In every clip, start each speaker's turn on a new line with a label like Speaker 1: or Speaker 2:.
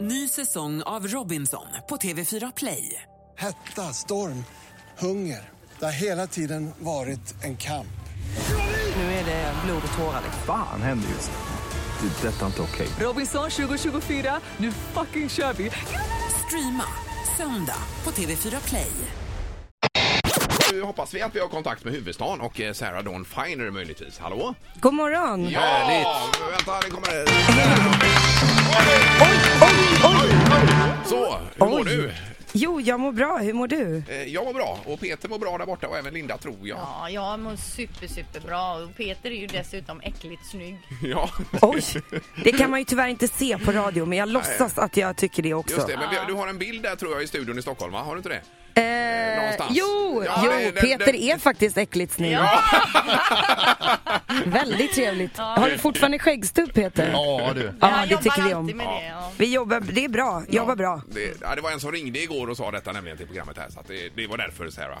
Speaker 1: Ny säsong av Robinson på TV4 Play.
Speaker 2: Hetta, storm, hunger. Det har hela tiden varit en kamp.
Speaker 1: Nu är det blod och tårar.
Speaker 3: Fan händer just nu. Det. är Detta är inte okej.
Speaker 1: Robinson 2024, nu fucking kör vi! Streama söndag på TV4 Play.
Speaker 4: Nu eh, hoppas vi att vi har kontakt med huvudstaden och eh, Sarah Dawn Finer möjligtvis. Hallå?
Speaker 5: God morgon!
Speaker 4: Ja! Vänta, det kommer... Oj, Så, hur mår du?
Speaker 5: Jo, jag mår bra. Hur mår du?
Speaker 4: Eh, Jag mår bra och Peter mår bra där borta och även Linda tror jag.
Speaker 6: Ja, jag mår super, superbra. Och Peter är ju dessutom äckligt snygg.
Speaker 4: Ja,
Speaker 5: Oj! Det kan man ju tyvärr inte se på radio, men jag låtsas att jag tycker det också.
Speaker 4: just det. Men vi, du har en bild där tror jag i studion i Stockholm, va? Har du inte det?
Speaker 5: Eh,
Speaker 4: någonstans.
Speaker 5: jo,
Speaker 4: Ja,
Speaker 5: jo
Speaker 4: det- det-
Speaker 5: Peter
Speaker 4: det-
Speaker 5: är faktiskt äckligt snygg. Väldigt trevligt. Har du fortfarande skäggstubb, Peter?
Speaker 7: Ja du.
Speaker 5: Ja, det
Speaker 6: jobbar
Speaker 5: tycker vi
Speaker 6: alltid
Speaker 5: om.
Speaker 6: Med det, ja.
Speaker 5: Vi jobbar, det är bra. Jobbar bra.
Speaker 4: Det, ja, det var en som ringde igår och sa detta nämligen till programmet här, så att det, det var därför Sarah.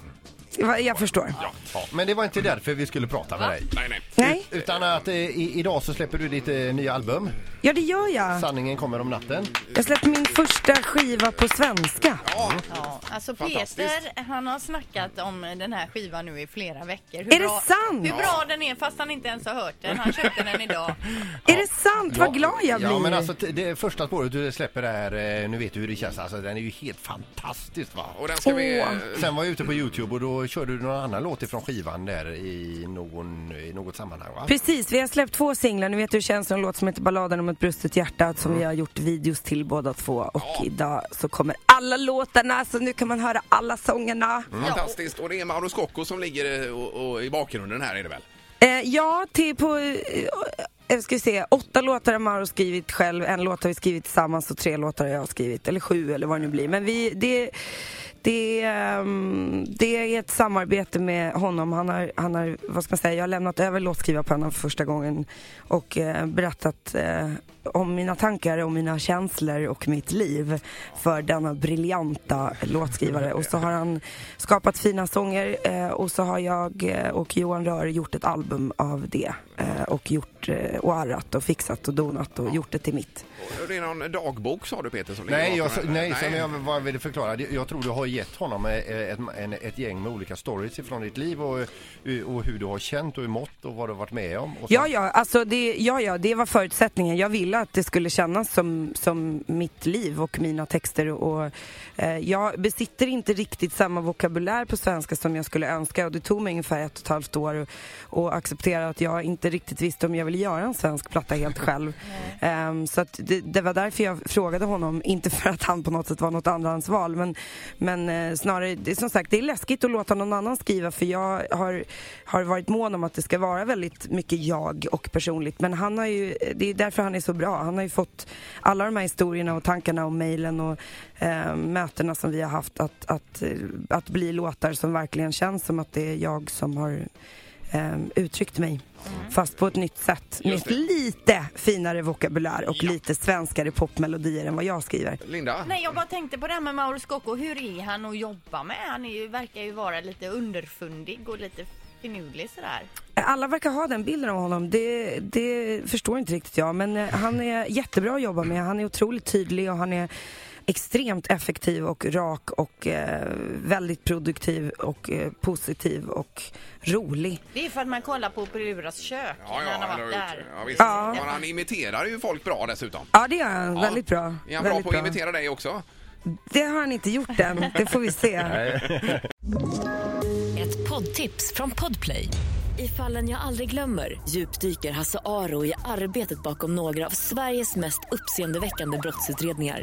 Speaker 5: Va- Jag förstår.
Speaker 4: Ja. ja.
Speaker 7: Men det var inte därför vi skulle prata med dig.
Speaker 4: Nej, nej.
Speaker 5: Nej,
Speaker 7: Utan att eh, i, idag så släpper du ditt eh, nya album.
Speaker 5: ja det gör jag.
Speaker 7: Sanningen kommer om natten.
Speaker 5: Jag släppte min första skiva på svenska.
Speaker 6: Ja, alltså
Speaker 4: Fantastiskt.
Speaker 6: Peter, han har snackat om den här skivan nu i flera veckor.
Speaker 5: Är det sant?
Speaker 6: Hur bra den är, fast han inte ens har hört den. Han köpte den idag.
Speaker 5: Är det sant? Vad glad jag
Speaker 7: Ja men alltså
Speaker 5: blir.
Speaker 7: t- det första spåret du släpper är, eh, nu vet du hur det känns, alltså den är ju helt fantastisk va.
Speaker 4: Och den ska vi... eh,
Speaker 5: Åh.
Speaker 7: Sen var jag ute på Youtube och då körde du någon annan låt ifrån skivan där i, någon, i något sammanhang va?
Speaker 5: Precis, vi har släppt två singlar. Ni vet hur det känns. En låt som heter Balladen om ett brustet hjärta som vi har gjort videos till båda två. Och idag så kommer alla låtarna, så nu kan man höra alla sångerna.
Speaker 4: Fantastiskt. Och det är Mauro Scocco som ligger eh, och, och, i bakgrunden här är det väl?
Speaker 5: Eh, ja, till på... Eh, jag ska vi se, åtta låtar har Mauro skrivit själv, en låt har vi skrivit tillsammans och tre låtar har jag skrivit, eller sju eller vad det nu blir. Men vi, det, det, ehm, det är ett samarbete med honom. Han har, han har, vad ska man säga, jag har lämnat över låtskrivarpennan för första gången och eh, berättat eh, om mina tankar och mina känslor och mitt liv för denna briljanta låtskrivare. Och så har han skapat fina sånger eh, och så har jag eh, och Johan Rör gjort ett album av det eh, och gjort eh, och arrat och fixat och donat och gjort det till mitt.
Speaker 4: Och Det är någon dagbok sa du Peter som ligger
Speaker 7: Nej, jag,
Speaker 4: bakom den här.
Speaker 7: nej, sen jag, vad vill du förklara? Det- Jag tror du har gett honom eh, ett, en, ett gäng med olika stories ifrån ditt liv och, eh, och hur du har känt och hur mått och vad du har varit med om. Och så-
Speaker 5: Ja, ja, alltså det, ja, ja, det var förutsättningen. Jag ville att det skulle kännas som, som mitt liv och mina texter. Och, eh, jag besitter inte riktigt samma vokabulär på svenska som jag skulle önska och det tog mig ungefär ett och ett halvt år att- att acceptera att jag inte riktigt visste om jag ville göra en svensk platta helt själv. Ehm, så att det, det var därför jag frågade honom, inte för att han på något sätt var något andrahandsval men, men eh, snarare, det, är som sagt det är läskigt att låta någon annan skriva för jag har, har varit mån om att det ska vara väldigt mycket jag och personligt men han har ju, det är därför han är så bra, han har ju fått alla de här historierna och tankarna och mejlen och eh, mötena som vi har haft att, att, eh, att bli låtar som verkligen känns som att det är jag som har eh, uttryckt mig. Fast på ett nytt sätt. Med
Speaker 4: det.
Speaker 5: lite finare vokabulär och lite svenskare popmelodier än vad jag skriver.
Speaker 4: Linda?
Speaker 6: Nej, jag bara tänkte på det här med Mauro Scocco. Hur är han att jobba med? Han är ju, verkar ju vara lite underfundig och lite finurlig sådär.
Speaker 5: Alla verkar ha den bilden av honom. Det, det förstår inte riktigt jag. Men eh, han är jättebra att jobba med. Han är otroligt tydlig och han är extremt effektiv och rak och eh, väldigt produktiv och eh, positiv och rolig.
Speaker 6: Det är för att man kollar på Peluras kök
Speaker 4: Ja,
Speaker 6: när han har
Speaker 4: ja,
Speaker 6: varit
Speaker 4: det har
Speaker 6: där.
Speaker 4: gjort. ja, visst.
Speaker 5: Ja.
Speaker 4: Men han imiterar ju folk bra dessutom.
Speaker 5: Ja, det gör han. Väldigt bra.
Speaker 4: Är han bra
Speaker 5: väldigt
Speaker 4: på att imitera dig också?
Speaker 5: Det har han inte gjort än. Det får vi se.
Speaker 8: Ett poddtips från Podplay. I fallen jag aldrig glömmer djupdyker Hasse Aro i arbetet bakom några av Sveriges mest uppseendeväckande brottsutredningar.